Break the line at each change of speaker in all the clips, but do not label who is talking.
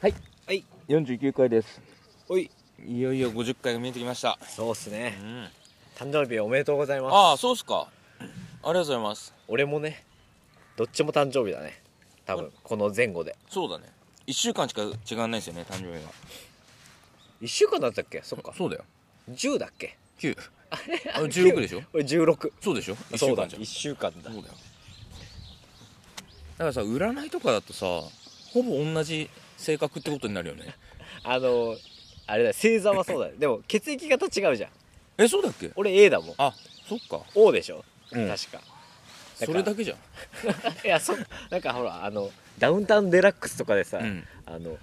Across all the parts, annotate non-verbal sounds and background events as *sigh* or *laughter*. はい
はい
49回です
おいいよいよ50回が見えてきました
そうっすね
うん
誕生日おめでとうございます
ああそうっすかありがとうございます
俺もねどっちも誕生日だね多分この前後で
そうだね1週間しか違わないですよね誕生日が
1週間だったっけそっか
そうだよ
10だっけ
9あ16でしょ
*laughs* 俺16
そうでしょ1週
そうだ
間じゃん
1週間だ
そうだよだからさ占いとかだとさほぼ同じ性格ってことになるよね
あのあれだ星座はそうだよ *laughs* でも血液型違うじゃん
えそうだっけ
俺 A だもん
あそっか
O でしょ、
うん
確か *laughs* だ
そ
から
れだけじゃん
いやそなんかほらあのダウンタウンデラックスとかでさ、
うん
あの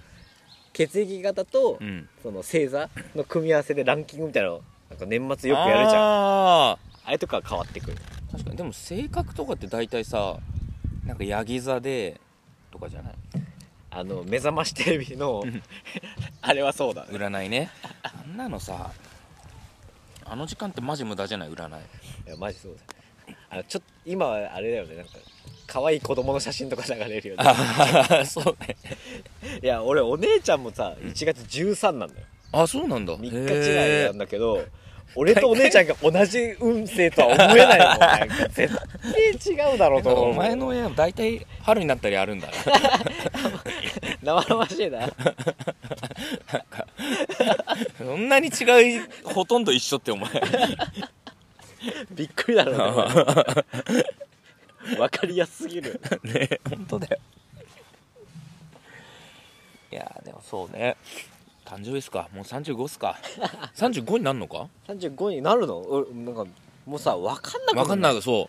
血液型と、
うん
その星座の組み合わせでランキングみたいなのなんか年末よくやるじゃんあ
ああ
れとか変わってくる
確かにでも性格とかって大体さなんかヤギ座でとかじゃない
あの目覚ましテレビのあれはそうだね
占いねあんなのさあの時間ってマジ無駄じゃない占い
いやマジそうだあのちょっと今はあれだよねなんか可愛い子供の写真とか流れるよね
あ *laughs* そうね
いや俺お姉ちゃんもさ1月13なんだよ
あそうなんだ
3日違いなん
へ
だけど俺とお姉ちゃんが同じ運勢とは思えないも
*laughs*
んなんか絶対違うだろう
え
と思う
お前の親は大体春になったりあるん *laughs* だね
生々しいな
*laughs* そんなに違い
ほとんど一緒ってお
*laughs*
前
びっくりだろうねわかりやすすぎる
ね本当だよいやーでもそうね誕生日っすかもう35っすか35になんのか
35になるのうなんかもうさ分かんなく
*laughs* わかんないそ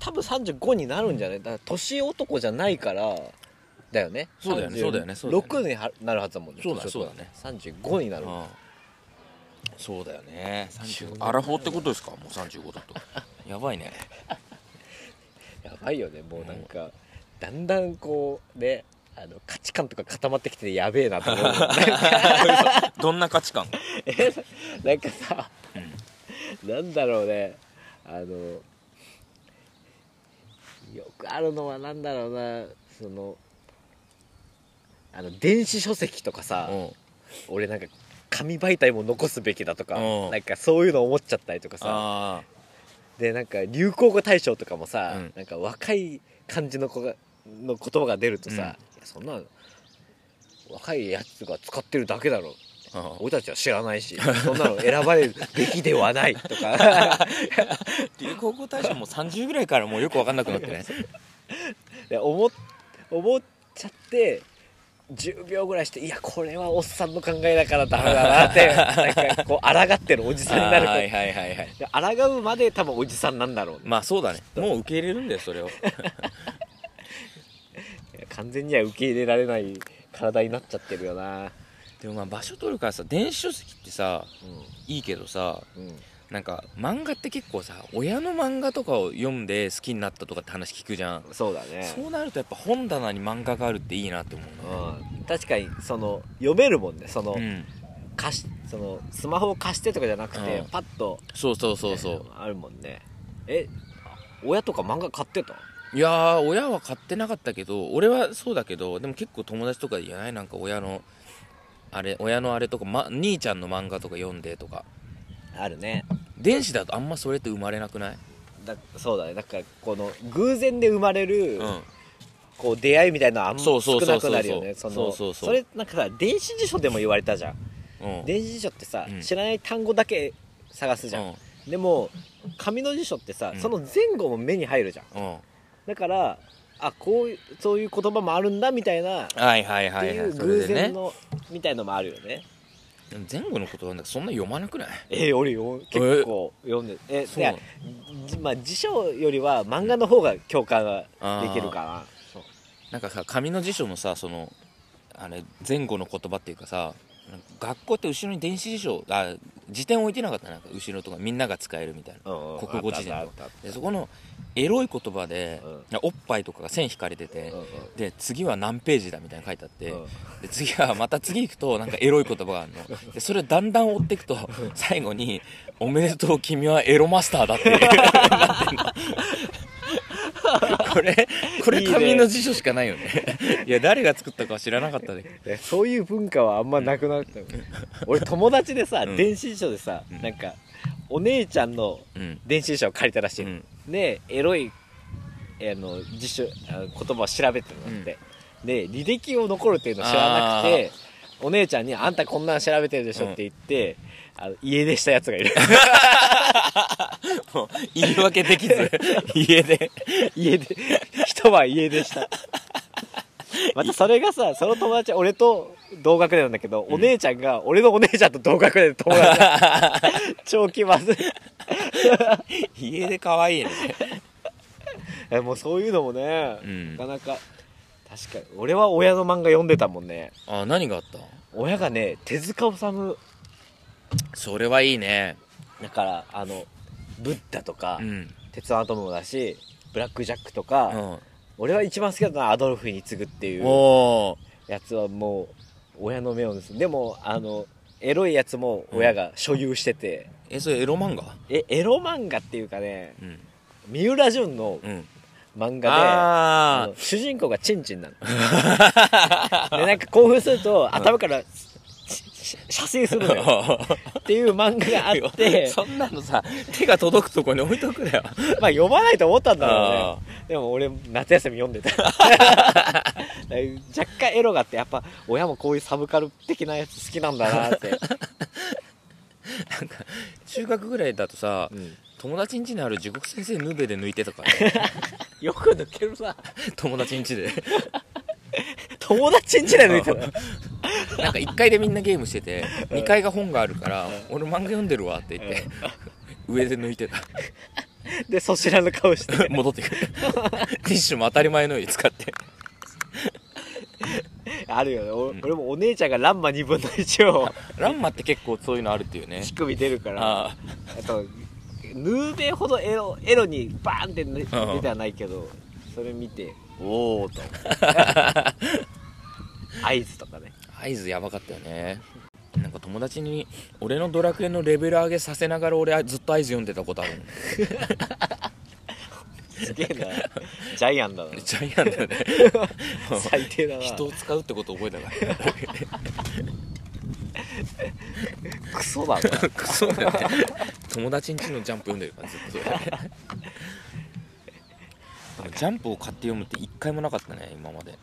多分35になるんじゃないだから年男じゃないからだよね
そうだよね
30
そうだよねそうだよね
6にはなるはずだもんね
そうだ
年
そう
男
だね
35にな
う
る
うんそうだよね35
アラフォーってことですかもう35だと
*laughs* やばいね
やばいよねもうなんかだんだんこうねあの価値観とか固まってきてやべえなと思う
*laughs*
どんな価値観
えなんかさ、なんだろうねあのよくあるのはなんだろうなそのあの電子書籍とかさ、
うん
俺なんか紙媒体も残すべきだとか
うん
なんかそういうの思っちゃったりとかさ
あ
でなんか流行語大賞とかもさ、
うん
なんか若い感じの子がの言葉が出るとさ、
うん
いやそんな若いやつが使ってるだけだろ
ーあー
俺たちは知らない
*laughs*
しそんなの選ばれるべきではないとか
*laughs* 流行語大賞も30ぐらいからもうよく分かんなくなってね
で思っ思っちゃって10秒ぐらいしていやこれはおっさんの考えだからダメだなってなんかこう抗ってるおじさんになる
*laughs* あー
子
はいはいはいはい
で抗うまで多分おじさんなんだろうね
*laughs* まあそうだねもう受け入れるんだよそれを
いや完全には受け入れられない体になっちゃってるよな
でもまあ場所取るからさ電子書籍ってさいいけどさ
うんうん
なんか漫画って結構さ親の漫画とかを読んで好きになったとかって話聞くじゃん、
そうだね
そうなるとやっぱ本棚に漫画があるっていいなって思
うん、確かにその読めるもんねその,、
うねうん
貸しそのスマホを貸してとかじゃなくて、
うん
パッと
そうそうそうそう
あるもんねえ親とか漫画買ってた
いやー親は買ってなかったけど俺はそうだけどでも結構友達とかじゃないなんか親のあれ親のあれとか、ま、兄ちゃんの漫画とか読んでとか
あるね
電子だとあんまそれって生まれなくない
だそうだねだからこの偶然で生まれる、
うん
こう出会いみたいなのあんま
そう
少
そうそ
な
うそう
くなるよねそ
そう
の
そうそう
それなんかさ電子辞書でも言われたじゃん
うん
電子辞書ってさ、
うん
知らない単語だけ探すじゃん、でも紙の辞書ってさ、
うん
その前後も目に入るじゃん
うん、うん
だからあこういうそういう言葉もあるんだみたいなっ
はいはい
て
はい
い
は
う
いそ
偶
れで
然
ね
の、みたいのもあるよね
でも前後の言葉なんかそんな読まなくない
えー、俺よ結構読んでえ
そう
いやじまあ辞書よりは漫画の方が共感ができるかなそう
なんかさ紙の辞書のさそのあれ前後の言葉っていうかさなんか学校って後ろに電子辞書あ辞典置いてなかったなんか後ろとかみんなが使えるみたいな
うんうん
国語辞典
あっ
と
たあった
か
あった
でそこのエロい言葉で、
うん
いやおっぱいとかが線引かれてて、
うんうん
で次は何ページだみたいなの書いてあって、
うん
で次はまた次行くとなんかエロい言葉があるのでそれをだんだん追っていくと最後に「
*laughs*
おめでとう君はエロマスターだ」ってなってんのこれこれ
いいね
紙の辞書しかないよね
*laughs*
いや誰が作ったかは知らなかったで、
ねそういう文化はあんまなくなった、俺友達でさ、
うん
電子辞書でさ、
うん
なんかお姉ちゃんの
うん
電子辞書を借りたらし
う
いの、
ん、
でエロいあの辞書あの言葉を調べてもらって、で履歴を残るっていうのを知らなくてお姉ちゃんに「あんたこんなん調べてるでしょ」って言って、あの家出したやつがいる
もう言い訳で
*laughs*
きず家で
家出一晩家出したまたそれがさその友達俺と同学年なんだけど、お姉ちゃんが俺のお姉ちゃんと同学年の友達超気まずい
家で可愛いね
えもうそういうのもね、
うん
なかなか確かに俺は親の漫画読んでたもんね
あ何があった
親がね手塚治虫
それはいいね
だからあのブッダとか、
うん
鉄腕アトムもだしブラック・ジャックとか、
うん
俺は一番好きだったのはアドルフに次ぐっていう
おー
やつはもう親の目を盗むでもあのエロいやつも親が所有してて、
えそれエロ漫画
えエロ漫画っていうかね
うん
三浦淳の
うん
漫画で、あ
あ
の主人公がチンチンなのでなんか興奮すると頭からしし射精するのよ
あ
*laughs* っていう漫画があって
*laughs* そんなのさ手が届くとこに置いとくなよ *laughs*
まあ読まないと思ったんだろう
あ
ねでも俺夏休み読んでた *laughs* だから若干エロがあってやっぱ親もこういうサブカル的なやつ好きなんだな
*laughs*
って、
中学ぐらいだとさ
うん
友達ん家にある地獄先生ヌベで抜いてたか
*laughs*
らね
よく抜けるな
友達ん家で
友達んちで抜いてた
なんか1階でみんなゲームしてて2階が本があるから「俺漫画読んでるわ」って言って上で抜いてた *laughs*
でそちらの顔して *laughs*
戻ってくるティッシュも当たり前のように使って
あるよねお俺もお姉ちゃんがランマ2分の1を
ランマって結構そういうのあるっていうね
乳首出るから
あ
あとヌーベイほどエロエロにバーンってね
うん
出てはないけどそれ見てお
*laughs*
おと合図とかね
あ合図やばかったよねなんか友達に俺のドラクエのレベル上げさせながら俺はずっと合図読んでたことあるの
すげえなジャイアンだな
ジャイアンだよね
最低だな
*laughs* 人を使うってこと覚えた *laughs* から
クソ
*laughs*
だな
クソだよね友達んちのジャンプ読んでるからずっとジャンプを買って読むって一回もなかったね今まで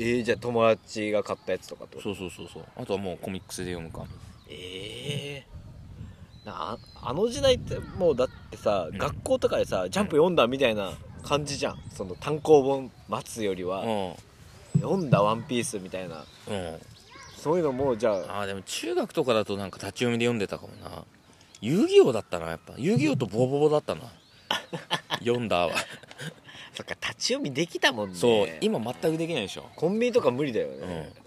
えー、じゃあ友達が買ったやつとかってこと
そうそうそうそうあとはもうコミックスで読むか
ええなああの時代ってもうだってさ、
ん
学校とかでさジャンプ読んだみたいな感じじゃんその単行本待つより
う
は、
ん
読んだワンピースみたいな
うん
そういうのもうじゃあ
あーでも中学とかだとなんか立ち読みで読んでたかもな遊戯王だったなやっぱ遊戯王とボーボボだったな読んだわ
そっか立ち読みできたもんね
そう、今全くできないでしょ
コンビニとか無理だよね、
うん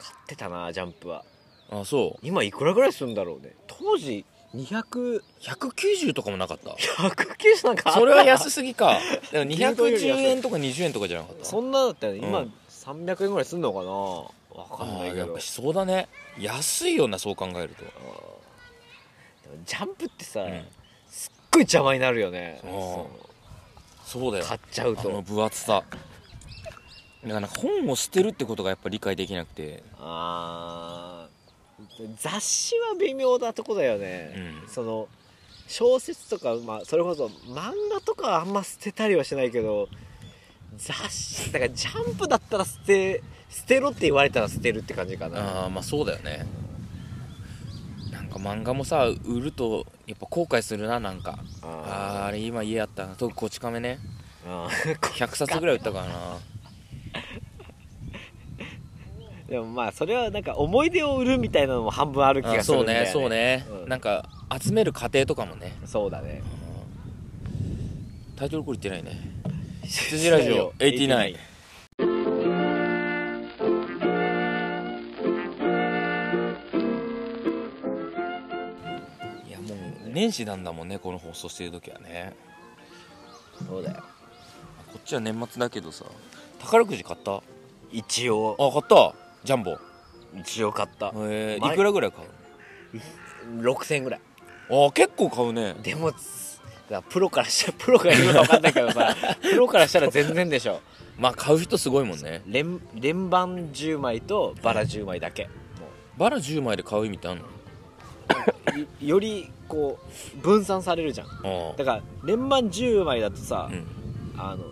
買ってたなジャンプは
あそう
今いくらぐらいするんだろうね当時200190
190とかもなかった
なんかあった
それは安すぎか
*laughs*
でも
牛丼より
210
安い
円とか20円とかじゃなかった
そんなだったよね、
うん
今300円ぐらいすんのかなわかん
あ
ない
ー
け
やっ
ど
ぱしそうだね安いよなそう考えると
あーでもジャンプってさ、
ん
すっごい邪魔になるよね
そう
そ
そうだ
う
よ
買っちゃう
あの
と
分厚さだからなんか本を捨てるってことがやっぱ理解できなくて
あー雑誌は微妙なとこだよね、
うん
その小説とか、まあ、それこそ漫画とかはあんま捨てたりはしないけど雑誌だからジャンプだったら捨て捨てろって言われたら捨てるって感じかな
ああまあそうだよねなんか漫画もさ売るとやっぱ後悔するななんかあーあれ今家あったな特にこち亀ね
あ
100冊ぐらい売ったからな
でもまあそれはなんか思い出を売るみたいなのも半分ある気
あー
がす
そ
る
うん
だよ
ね
ね
そうね、
うん
なんか集める過程とかもね
そうだね
タイトルコール言ってないね羊ラジオ89いやもう年始なんだもんねこの放送してる時はね
そうだよ
こっちは年末だけどさ
宝くじ買ったあ
一応
買ったジャンボ
一応買った
えー、
前
いくらぐらい買う
6000円ぐらい
のあー結構買うね
でもつからプロから *laughs* したらプロがいるのか分かんないけど *laughs* さプロからしたら全然でしょ
まあ買う人すごいもんね
連連番10枚とバラ10枚だけも
バラ10枚で買う意味ってあんの
ういよりこう分散されるじゃん
あ
だから連番10枚だとさ
あ、うん
あの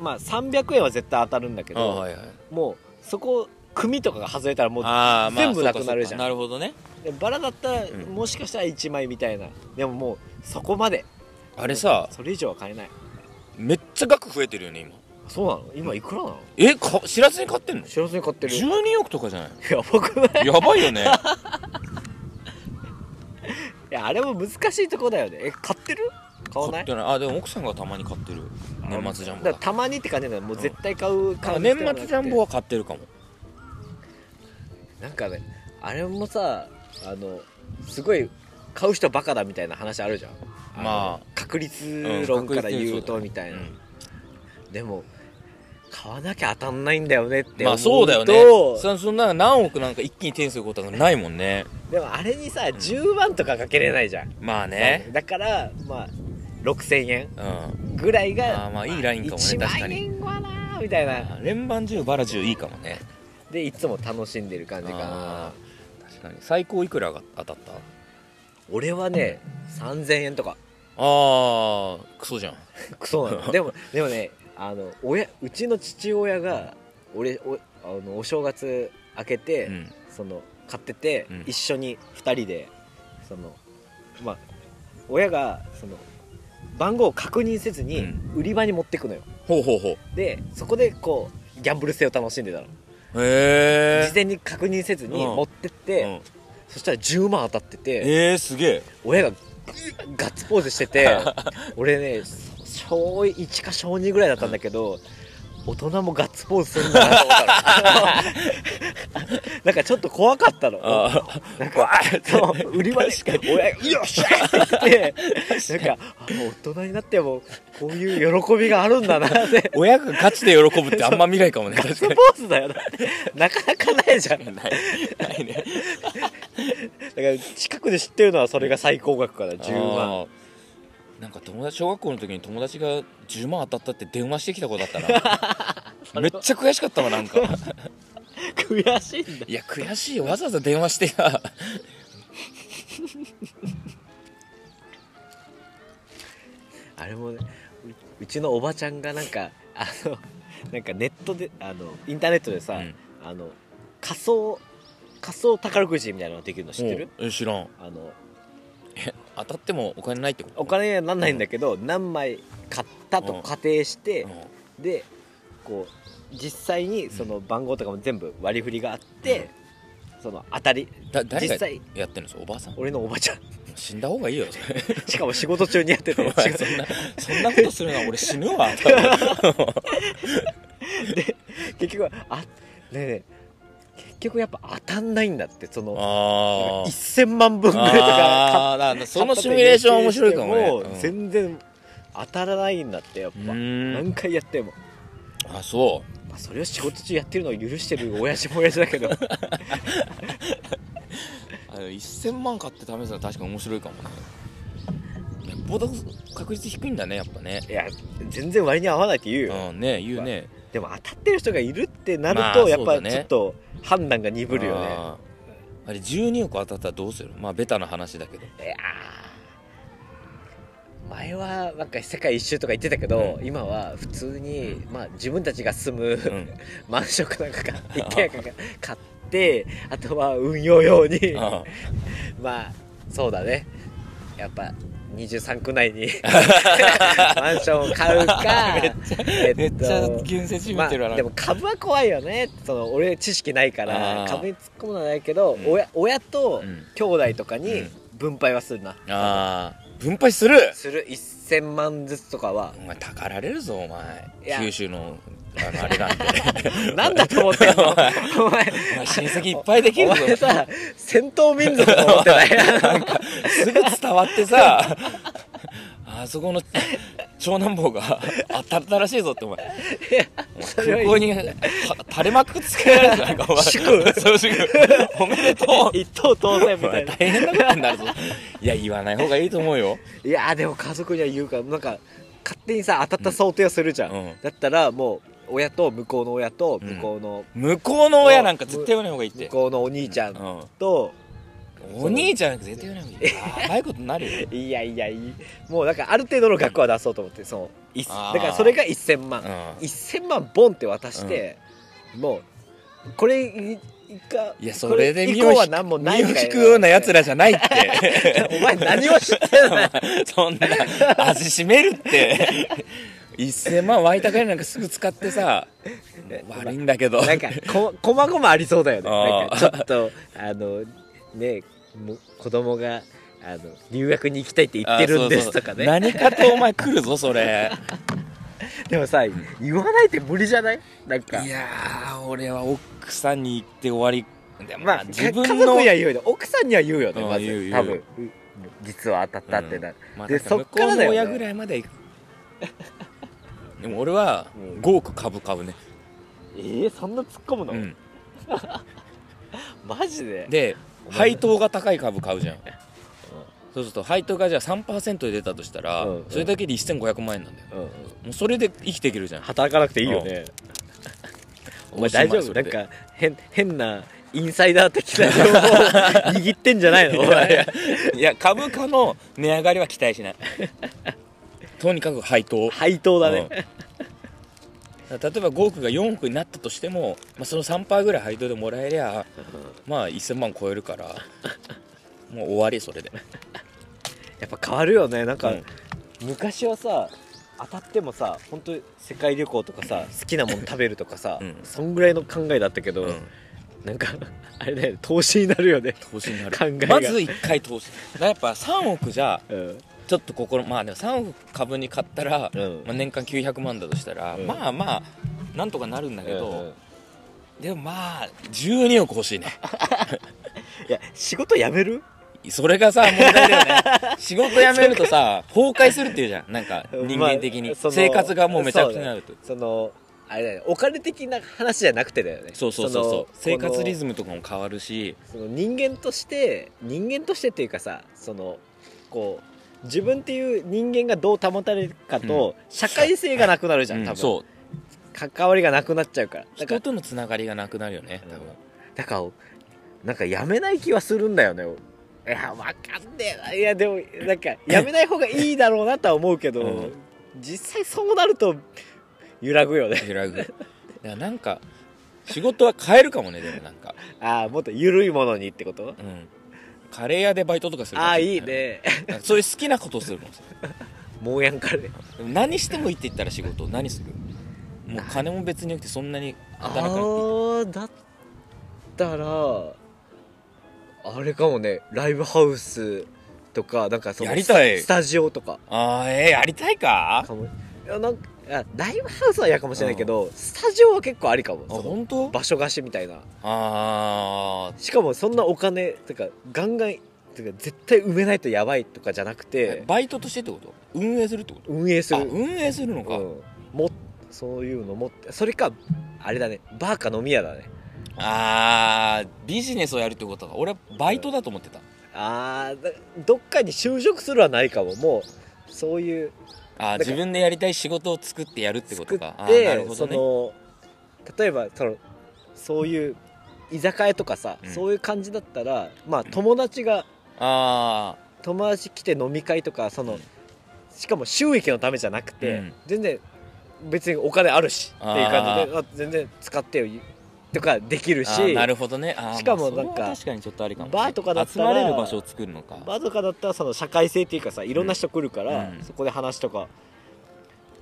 まあ300円は絶対当たるんだけ
ああ
ど、
はいはい
もうそこ組とかが外れたらもう
ああまあ
全部なくなるじゃん
そうかそうかなるほどね
でバラだったら
ん
もしかしたら1枚みたいなでももうそこまで
あれさ
それ以上は買えない
めっちゃ額増えてるよね今
そうなの今いくらなの
えか知らずに買ってんの
知らずに買ってるや
12億とかじゃない
ばくない
やばいよね
いやあれも難しいとこだよねえ買ってる買わな
買
い
ってないあでも奥さんがたまに買ってる年末ジャンボ
だ
だ
からたまにって感じなんだよもう絶対買う
あ
感じ
年末ジャンボは買ってるかも
なんかねあれもさあのすごい買う人バカだみたいな話あるじゃんの
まあ
確率論から言うとみたいな、
うん
でも買わなきゃ当たんないんだよねって思うと、
まあそうだよねそそんな何億なんか一気に手にすることがないもんね
でもあれにさ10万とかかけれないじゃん、
まあね
だからまあ6000円
うん
ぐらいが
あーまあいいラインかもね
1
確か
万
に
円はなーみたいな
連番10バラ10いいかもね
でいつも楽しんでる感じか
あ
な
ー確かに最高いくらが当たった
俺はね3000円とか
あークソじゃん
クソな
*laughs*
のでもでもねあの親うちの父親が俺おあのお正月明けて、
うん
その買ってて、
うん
一緒に2人でそのまあ親がその番号を確認せず
う
に
ん
売り場に持ってくのよ、
ほうほうほう
でそこでこうギャンブル性を楽しんでたの、
へえ
事前に確認せずに
うん
持ってって、
うん
そしたら10万当たってて
えー、すげえ
親がガッツポーズして
*laughs*
て俺ね小1か小2ぐらいだったんだけど、大人もガッツポーズするんだなと思
*laughs*
ったのなんかちょっと怖かったの
あ
なんかそう売り場で親が「よっしゃ!」って言ってなんかあ大人になってもこういう喜びがあるんだなって
親がガチで喜ぶってあんま見ないかもね確
ガッツ
か
ポーズだよななかなかないじゃん
にないないね
だから近くで知ってるのはそれが最高額から10万
あーなんか友達小学校の時に友達が10万当たったって電話してきた子だった
*laughs*
なめっちゃ悔しかったわなんか
悔しいんだ
いや悔しいよわざわざ電話してや
あれもねううちのおばちゃんがなんかあのなんかネットであのインターネットでさ、
うん
あの仮想仮想宝くじみたいなのができるの知ってる
おえ知らん
あの
当たってもお金ないってこと
お金にはなんないんだけど、何枚買ったと仮定して、
う
でこう実際にその番号とかも全部割り振りがあって、その当たり
んだ誰
実
が
際
やってるんですおばあさん
俺のおばちゃん *laughs*
死んだ方がいいよそれ
しかも仕事中にやって
*laughs* お
て
前
違う
そんなそんなことするな俺死ぬわ多分
結局はあねえねえ結局やっぱ当たんないんだってその
あー
1000万分ぐらいとか
あーだからそのシミュレーションは面白いかもね
買ったと予定しても全然当たらないんだってやっ
う
ぱ
んうーん
何回やっても、
あそ
まあ、それを仕事中やってるのを許してる親父も親父だけ
*laughs*
ど
うあの1000万買って試すのは確か面白いかもねよっぽど確率低いんだねやっぱね
いや全然割に合わないって言うよ、
うんね言うね
でも当たってる人がいるってなる
まあ
と、
そうだ
や
ね
っぱちょっと判断が鈍るよね
あーあれ12億当たったらどうするまあベタな話だけど
いやー前はなんか世界一周とか言ってたけど、
う
今は普通に、まあ、自分たちが住む、
うん
マンションかなんかか一軒家か買ってあとは運用用に
あ
まあそうだねやっぱ23区内
*laughs*
にマンションを買うかえ
ーめっちゃ厳選し
ま
め
あ、
てるわな
でも株は怖いよねその俺知識ないから
あー
株に突っ込むのはないけど、
うん
親親と
うん
兄弟とかに
うん
分配はするな、
あー分配する
する1000万ずつとか
*laughs*
は
お前たかられるぞお前
いや
九州のあのあれなんで
なんだと思ってんのお前
お前親戚いっぱいできる
お
ぞ
前さ戦闘民族と思ってない
すぐ伝わってさあそこの長男坊が当たったらしいぞってお前
それは
空
いい
港には垂れ幕つけられるじゃないかお前
祝
そう祝おめでとう *laughs*
一等当選み
お
たい
前
な
大変なことになるぞいや言わない方がいいと思うよ
いやーでも家族には言うからなんか勝手にさ当たった想定をするじゃん、
うん
だったらもう親と向こうの親と
うん
向こうの、
向こうの親なんか絶対言わない方がいいって
向こうのお兄ちゃん
う
と、
んお兄ちゃんなんか絶対言わない方がいいやばいことになるよ
いやいやいいもうだからある程度の額は出そうと思ってそのいっ
あ
だ
ー
からそれが1000万、
うん
1000万ボンって渡して、もうこれいか
いやそれで
以
身
降
を
は
引
何も
く
ない
身
か
を
ら
引くようなやつらじゃないって *laughs*
お前何を知ってんの
そんな味しめる *laughs* って1000万湧いたかりなんかすぐ使ってさ悪いんだけど
なんかここまごまありそうだよねなん
あ
か
ー
ちょっとあのねも子供があの留学に行きたいって言ってるんですとかね
あそうそう何かとお前来るぞそれ
でもさ言わないって無理じゃないなんか
*laughs* いやー俺は奥さんに行って終わりでも
まあ
自
自
分
分
の
家族には言うよね奥さんには言うよね
うん
まず
言う言う
多分うん実は当たったってな、
まあ
で
だから
そっからだよね
向こうの親ぐらいまで行く *laughs* でも俺は
うん
5億株買うね、
ええそんな突っ込むの、
うん、
マジで
で
お前
配当が高い株買うじゃんそうすると配当がじゃあ3%で出たとしたら、
うんうん
それだけで1500万円なんだよ
うんうん
もうそれで生きていけるじゃん
働かなくていいよね、お前大丈夫なんか変変なインサイダー的な情報を *laughs* 握ってんじゃないのお前
いや株価の値上がりは期待しない *laughs* とにかく配当
配当だね、
うん例えば5億が4億になったとしても、まあ、その3%ぐらい配当でもらえりゃまあ1000万超えるからもう終わりそれで
やっぱ変わるよねなんか、
うん
昔はさ当たってもさ本当に世界旅行とかさ好きなもの食べるとかさ、
うん
そんぐらいの考えだったけど、
うん
なんか *laughs* あれだよね投資になるよね
投資にな
考え
る
が
まず1回投資だからやっぱ3億じゃ
うん
ちょっと心まあでも3億株に買ったら、
うん
まあ、年間900万だとしたら、
うん
まあまあなんとかなるんだけど、
うん
でもまあ12億欲しいね
いや仕事辞める
それがさ問題だよね
*laughs*
仕事辞めるとさ崩壊するっていうじゃんなんか人間的に、
まあその
生活がもうめちゃくちゃになると
そのあれだよねお金的な話じゃなくてだよね
そうそうそうそう生活リ
ム
ズムとかも変わるし
その人間として人間としてっていうかさそのこう自分っていう人間がどう保たれるかと、社会性がなくなるじゃん、
うん
多分
そう
関わりがなくなっちゃうからだか
人
ら
とのつながりがなくなるよね多分
だからなんかやめない気はするんだよねいやわかんねえないやでもなんかやめない方がいいだろうなとは思うけど、
うん
実際そうなると揺らぐよね
揺らぐだからなんか仕事は変えるかもねでもなんか
*laughs* ああもっと緩いものにってこと
うんカレー屋でバイトとかするかも
ああいいね
なんかそういう好きなことするもん
*laughs* もうやんかね
でも何してもいいって言ったら仕事何するもう金も別によくてそんなに
あ
働かなくていい
あだったらあれかもねライブハウスとかなんかその
やりたい
スタジオとか
ああえー、やりたいか
かもいやなんかいやライブハウスは嫌かもしれないけど、スタジオは結構ありかも
あ
その
本当
場所貸しみたいな
あ
しかもそんなお金てかガンガンてか絶対埋めないとやばいとかじゃなく
ー
て
バイトとしてってこと運営するってこと
運営す
あ
る、
運営するの
う
か、
ん、もそういうの持ってそれかあれだねバーか飲み屋だね
あービジネスをやるってことか俺はバイトだと思ってた、
あーだどっかに就職するはないかももうそういう
あー
だから
自分でやりたい仕事を作ってやるってこ
作
と
って
かあーなるほ
そ
どね
の例えばそのそういう居酒屋とかさ、
うん
そういう感じだったらまあ友達が
あ
友達来て飲み会とかその、
うん
しかも収益のためじゃなくて、
うん
全然別にお金あるしっていう感じで
あ
あ全然使ってよとかできる
ーあ
し
ーなるほどねあー
しかも
まあ
なんか
それは確かにちょっとありかもね
バーとかだったら
集まれる場所を作るのか
バーとかだったらその社会性っていうかさいろんな人来るから、
うん
そこで話とか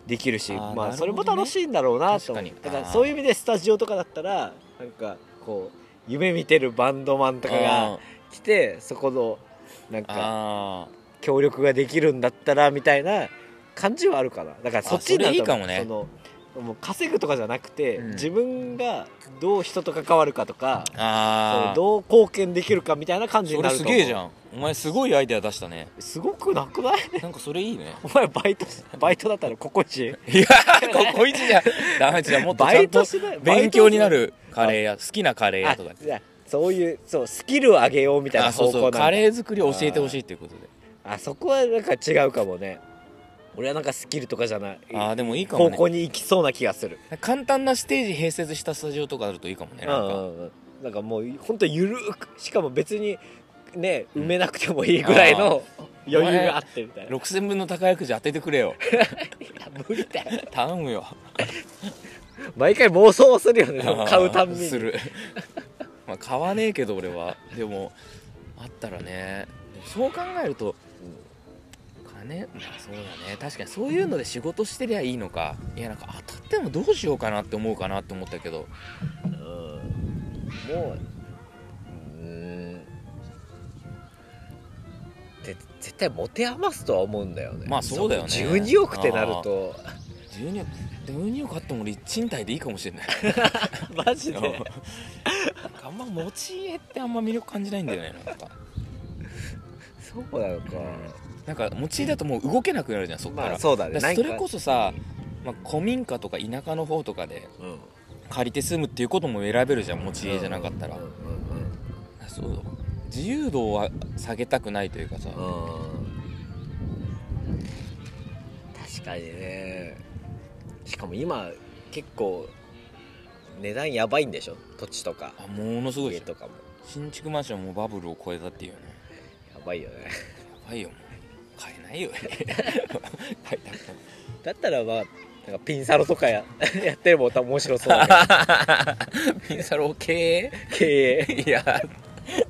できるし、
あー
まあ
なるほどね
それも楽しいんだろうなと思うだ
確かに
から
あー
そういう意味でスタジオとかだったらなんかこう夢見てるバンドマンとかが
あー
来てそこのなんか
あ
協力ができるんだったらみたいな感じはあるかなだからそっちになると思う
あそれいいかもね
そのもう稼ぐとかじゃなくて、
うん
自分がどう人と関わるかとかそ
あ
う
あ
どう貢献できるかみたいな感じ
そ
にな
れ
ると
す
思う
げえじゃんお前すごいアイデア出したね
すごくなくない
なんかそれい
*laughs*
いね
お前バイトバイトだったらここ一
いやーここ一じゃダメじゃんもっと
バ
ちゃ
イ
ん
ト
と
しない
勉強になるカレーや好きなカレー
あ
屋とか
じゃあそういうそうスキルを上げようみたいな
あそ
方
う
向
そ
な
うん
だ
カレー作りを教えてほしいっていうことで
あそこはなんか違うかもね俺はなんかスキルとかじゃない
ああでもいいかも
方
ね
向に行きそうな気がする、
簡単なステージ併設したスタジオとかあるといいかもね
う
なん
ん
か
うんうんなんかもうほんとゆるーくしかも別にね埋めなくてもいいぐらいの余裕があってみたいな
6000分の宝くじ当ててく
*laughs*
れよ
いや無理だよ
頼むよ
*laughs* 毎回妄想するよねでも買うたんびに
する *laughs* まあ買わねえけど俺はでもあったらねでもそう考えると金まあそうだね確かにそういうので仕事してりゃいいのかいやなんか当たってもどうしようかなって思うかなって思ったけど
うんもううーんで絶対持て余すとは思うんだよね
まあそうだよね
その12億ってなると
12億12億あっても俺賃貸でいいかも
*laughs*
しれない
マジで
なんかあんま持ち家ってあんま魅力感じないんだよねなんか
そうなのか
なんか持ち家だともう動けなくなるじゃんそっから,、
まあそうだね
それこ
そ
そさ、まあ、古民家とか田舎の方とかで
うん
借りて住むっていうことも選べるじゃん持ち家じゃなかったら、
うんうん
そう自由度は下げたくないというかさ、
うんうん確かにねしかも今結構値段やばいんでしょ土地とか
あものすごいで
家
し
と
ょ
かも
新築マンションもバブルを超えたっていうよね
やばいよね
やばいよもう買えな
*laughs*
いよ買いたくない
だったらまあなんかピンサロとかや *laughs* やってるも面白そう *laughs* だ
ピンサロ経
けど経
営いや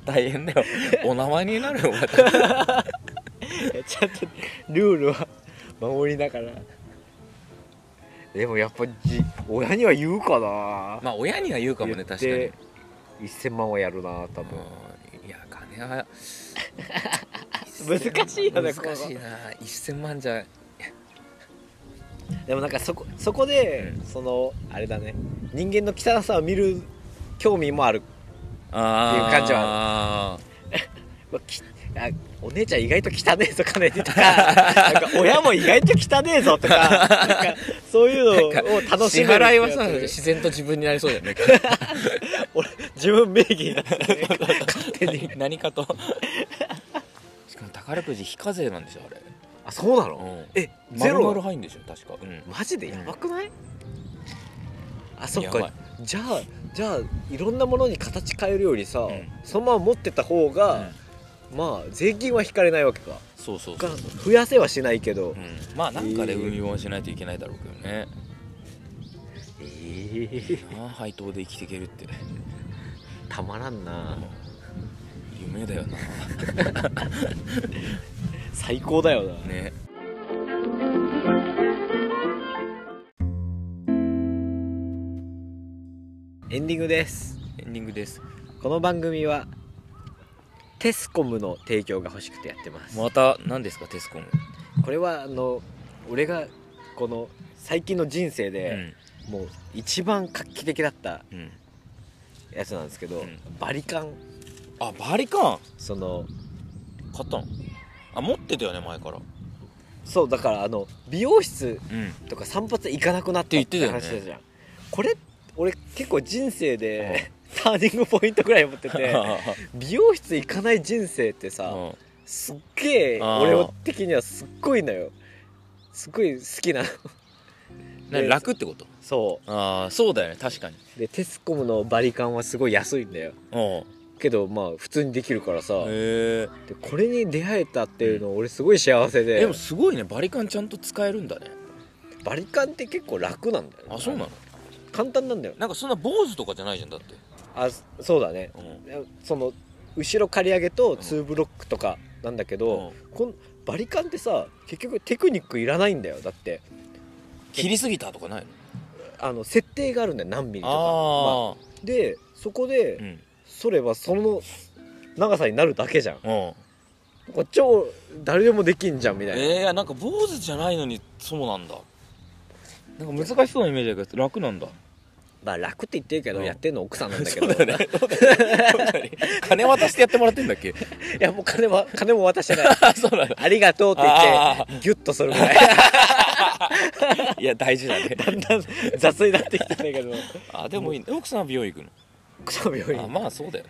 大変だよお名前になるよまた
*laughs* 営ちゃんとルールは守りながらでもやっぱじ親には言うかな
まあ親には言うかも
言
ね
っ
確かに、
て1000万はやるな多分
うんいや金は
難しいよねここ
難しいな1000万じゃ
でもなんかそこそこで、
う
そのあれだね人間の汚さを見る興味もある、
あ
っていう感じ
は
まあきあお姉ちゃん意外と汚ねえぞ金でとかなんか親も意外と汚ねえぞとかなんかそういうのを楽しめ
支
る気が
払いはさ
する
自然と自分になりそうだよね
俺自分名義になってね *laughs* 勝手に
*laughs* 何かとしかも宝くじ非課税なんでしょあれ
あそうなの
う
え
ん
ゼ
丸々
ロ
入んでしょ確かうん
マジでやばくない、あそっ
やば
か
い
じゃあじゃあいろんなものに形変えるよりさ、
ん
そのまま持ってた方が、まあ税金は引かれないわけか
そうそうそ
が
う、
増やせはしないけど、
うん、まあなんかで運用はしないといけないだろうけどね、
ええ
なあ配当で生きていけるって
たまらんな
夢だよな
最高だよな、
ね
エンディングです
エンディングです
この番組はテスコムの提供が欲しくてやってます
また何ですかテスコム、
これはあの俺がこの最近の人生で、もう一番画期的だった
うんうん
やつなんですけど、
うん
バリカン
あバリカン
その
買ったのあ持ってたよね前からう
そうだからあの美容室
ん
とか散髪行かなくなった
言
っ
って
て
た
話
よね
だじゃん、これ俺結構人生で、 *laughs* ターニングポイントぐらい持って
*laughs*
て美容室行かない人生ってさ、すっげえ
あー
俺的にはすっごいのよすっごい好きなの
な
で
楽ってこと
そ
ああそうだよね確かに
うでテスコムのバリカンはすごい安いんだよ
お
けどまあ普通にできるからさ
へ
でこれに出会えたっていうの俺すごい幸せ
え
で
でもすごいねバリカンちゃんと使えるんだね
バリカンって結構楽なんだよ
あそうなの
簡単なんだよ
なんかそんな坊主とかじゃないじゃんだって
あそうだね
うん
その後ろ刈り上げと2ブロックとかなんだけど、こんバリカンってさ結局テクニックいらないんだよだって
切りすぎたとかないの
あの設定があるんだよ何ミリとかまあ
あ
でそこで、
あうん
そればその長さになるだけじゃん
うん
これ超誰でもできんじゃんみたいな、
えー、なんか坊主じゃないのにそうなんだなんか難しそうなイメージだけど楽なんだ
まあ楽って言ってるけど、
うん
やってんの奥さんなんだ *laughs* けど
*laughs* 金渡してやってもらってんだ *laughs* っけ
いやもう金は金も渡してない
そうなんだ
ありがとうって
あ
言ってギュッとするぐらい
いや大事だ *laughs* ね
だんだん *laughs* 雑になってきたんだけど
あでもいいね奥さんは美容院行く
奥さんは病
のあ
院
まあそうだよね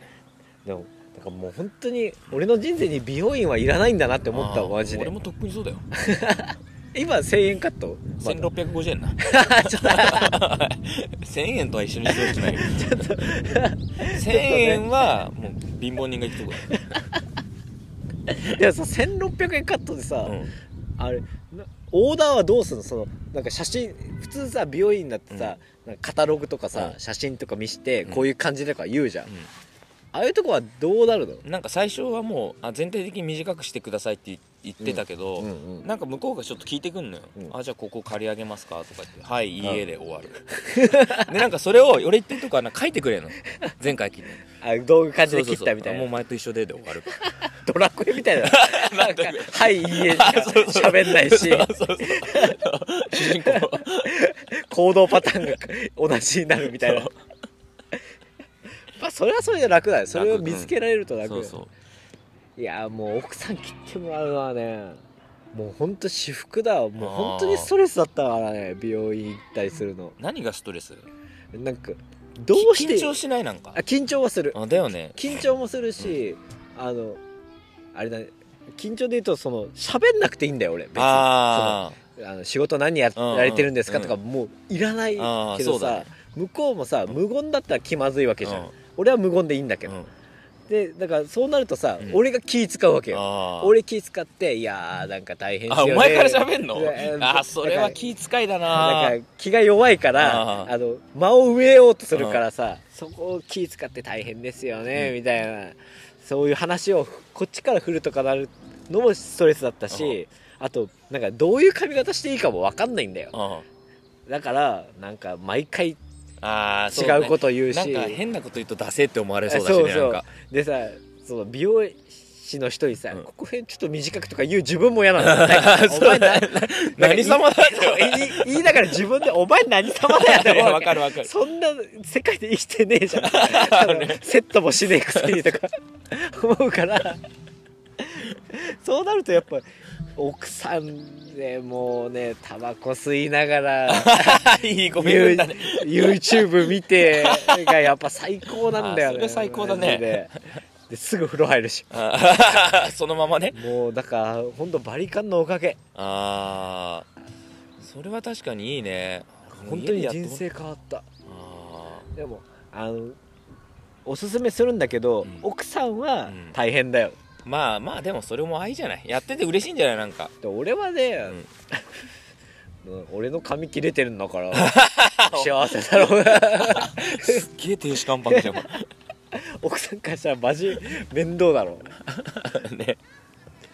でもだからもう本当に俺の人生に美容院はいらないんだなって思ったわ
あー
マジで
俺もとっくにそうだよ
今1000円カットまだ
1650円な *laughs*
*laughs*
1000円とは一緒にしてほしくない1000円はもう貧乏人が行くとこ
いやさ1600円カットでさ、
だよ、うん
あれなオーダーはどうすんのそのなんか写真普通さ美容院だってさ、なんかカタログとかさ、
うん
写真とか見して
うん
こういう感じとか言うじゃん、
うん
ああいうとこはどうなるの
なんか最初はもうあ全体的に短くしてくださいって言ってたけど、
うんうんうん
なんか向こうがちょっと聞いてくんのよ、
うん
あじゃあここ借り上げますかとか言って「はいいいえ」で
*laughs*
終わるでなんかそれを俺言ってるとこはなんか書いてくれるの前回聞いて
あどういう感じで切ったみたいな
もう前と一緒でで終わる
ドラクエみた
*laughs*
いななんか「 *laughs* はいいいえ」しか *laughs* 喋んないし
そうそう主人公
行動パターンが同じになるみたいな
そう
*laughs* まあそれはそれで楽だよそれを見つけられる *laughs* と楽
そうそう
いやーもう奥さん切ってもらうのはねもうほんと私服だわもう本当にストレスだったからね美容院行ったりするの
何がストレス
なんかどうして
緊張しないなんか
あ緊張はする
あだよね
緊張もするし、あのあれだね緊張で言うとその喋んなくていいんだよ俺別に
あ
そのあの仕事何や
うんうん
られてるんですかとかもういらない
あー
けど
そうだ
さ
ね
向こうもさ無言だったら気まずいわけじゃん、
うん
俺は無言でいいんだけ
あ、う
ど、
ん、
でだからそうなるとさ、
うん
俺が気使うわけよ
あー
俺気使っていやーなんか大変です
あ
よ、
お
ね、
前から喋んの
えー
あそれは気遣いだな
なんか気が弱いから
あ
あ
ー
の間を植えようとするからさそこを気使って大変ですよね、
うん
みたいなそういう話をこっちから振るとかなるのもストレスだったしあとなんかどういう髪型していいかも分かんないんだよ
うん
だからなんか毎回違
あーそう
うこと言う
な
し
んか変なこと言うとダセって思われそうだ
そ
し
う
ね
そう
なんか *laughs*
でさその美容師の人にさ、
うん
ここ辺ちょっと短くとか言う自分も嫌なの
*laughs*
なんかお前な
何様だって
そう言い言いながら自分で「お前何様だよ」って
いや
思うわ
*laughs* わ
け
かるわかる
そんな世界で生きてねえじゃん
*laughs*
あのセットもしねえくせにとか思うからそうなるとやっぱ奥さんねもうねタバコ吸いながら
いいごめんだね
YouTube 見てがやっぱ最高なんだよね
あそれ最高だね
マジでですぐ風呂入るし
あー *laughs* そのままね
もうだからほんとバリカンのおかげ
ああそれは確かにいいね
本当に人生変わった
あ
でもあのおすすめするんだけど、
うん
奥さんは
うん
大変だよ、
ーまあまあでもそれも愛じゃないやってて嬉しいんじゃないなんか
で俺はね、 *laughs* うん俺の髪切れてるんだから *laughs* 幸せだろうな
すっげえ亭主関白じゃん
奥さんからしたらマジ面倒だろう *laughs*
ね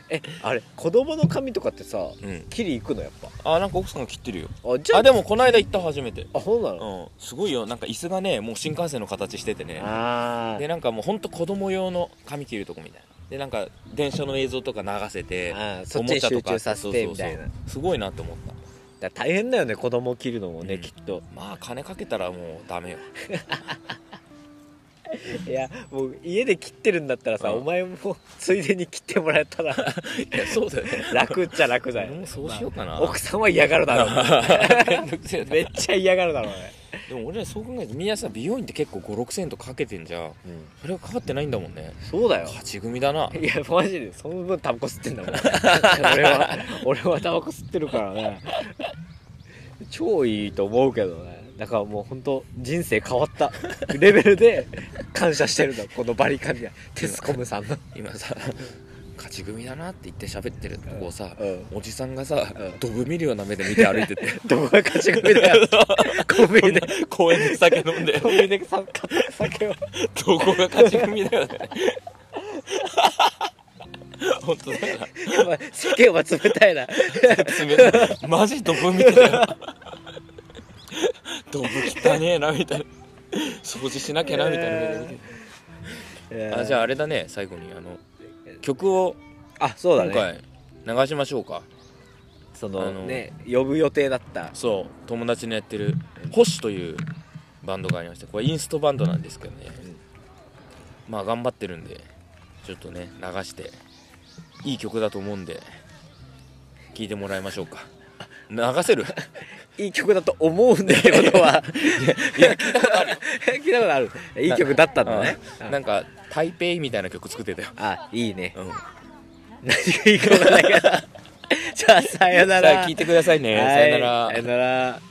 えあれ子供の髪とかってさ、
うん
切り行くのやっぱ
あなんか奥さんが切ってるよ
あじゃあ
あでもこの間行った初めて
あそうなの、
うんすごいよなんか椅子がねもう新幹線の形しててね
あ
でなんかもうほんと子供用の髪切るとこみたいなでなんか電車の映像とか流せて
あーそっちに集中させてみたいな
そうそうそうすごいなって思った
だから大変だよね子供切るのもね、
うん
きっと
まあ金かけたらもうダメよ
いやもう家で切ってるんだったらさ、
うん
お前もついでに切ってもらえ
*laughs*
たら
いやそうだよね
楽っちゃ楽だよ、
*laughs* 俺もそうしようかな、
奥さんは嫌がるだろうね
*laughs* めんどくせえな
めっちゃ嫌がるだろうね、
でも俺らそう考えるとみんなさ美容院って結構56000円とかけてんじゃんそれがかかってないんだもんね
そうだよ
勝ち組だない
やマジでその分タバコ吸ってんだもん俺は俺はタバコ吸ってるからね超いいと思うけどねだからもう本当人生変わったレベルで感謝してるのこのバリカンにはテスコムさんの
今さ勝ち組だなって言って喋ってるとこをさ、
うん
おじさんがさ、
うん
ドブ見るような目で見て歩いてて
どこが勝ち組だよコンビニで
*laughs* 公園で酒飲んで
コンビニでさ買った酒を
どこが勝ち組だよね *laughs* 本当だよな
やばい世間は冷たいな
冷たいマジドブみたいな *laughs* ドブ汚ねえなみたいな掃除しなきゃなみたいな目で見てあじゃああれだね最後にあの曲を
あそうだ
今
ね
回流しましょうか
そ
あ
の
の
ね呼ぶ予定だった
そう友達のやってるホシというバンドがありましてこれインストバンドなんですけどね、まあ頑張ってるんでちょっとね流していい曲だと思うんで聴いてもらいましょうか流せる
いい曲だと思 *laughs* うんだけどはいや聞いたことある *laughs* 聞いたことあるいい曲だったんだね
うんなんか台北みたいな曲作ってたよ、
あいいね *laughs*
うん、さ
何がいいか分かんないから *laughs* じゃあさよな
あ
ら
聴いてくださいね、
はい
さよなら
さよなら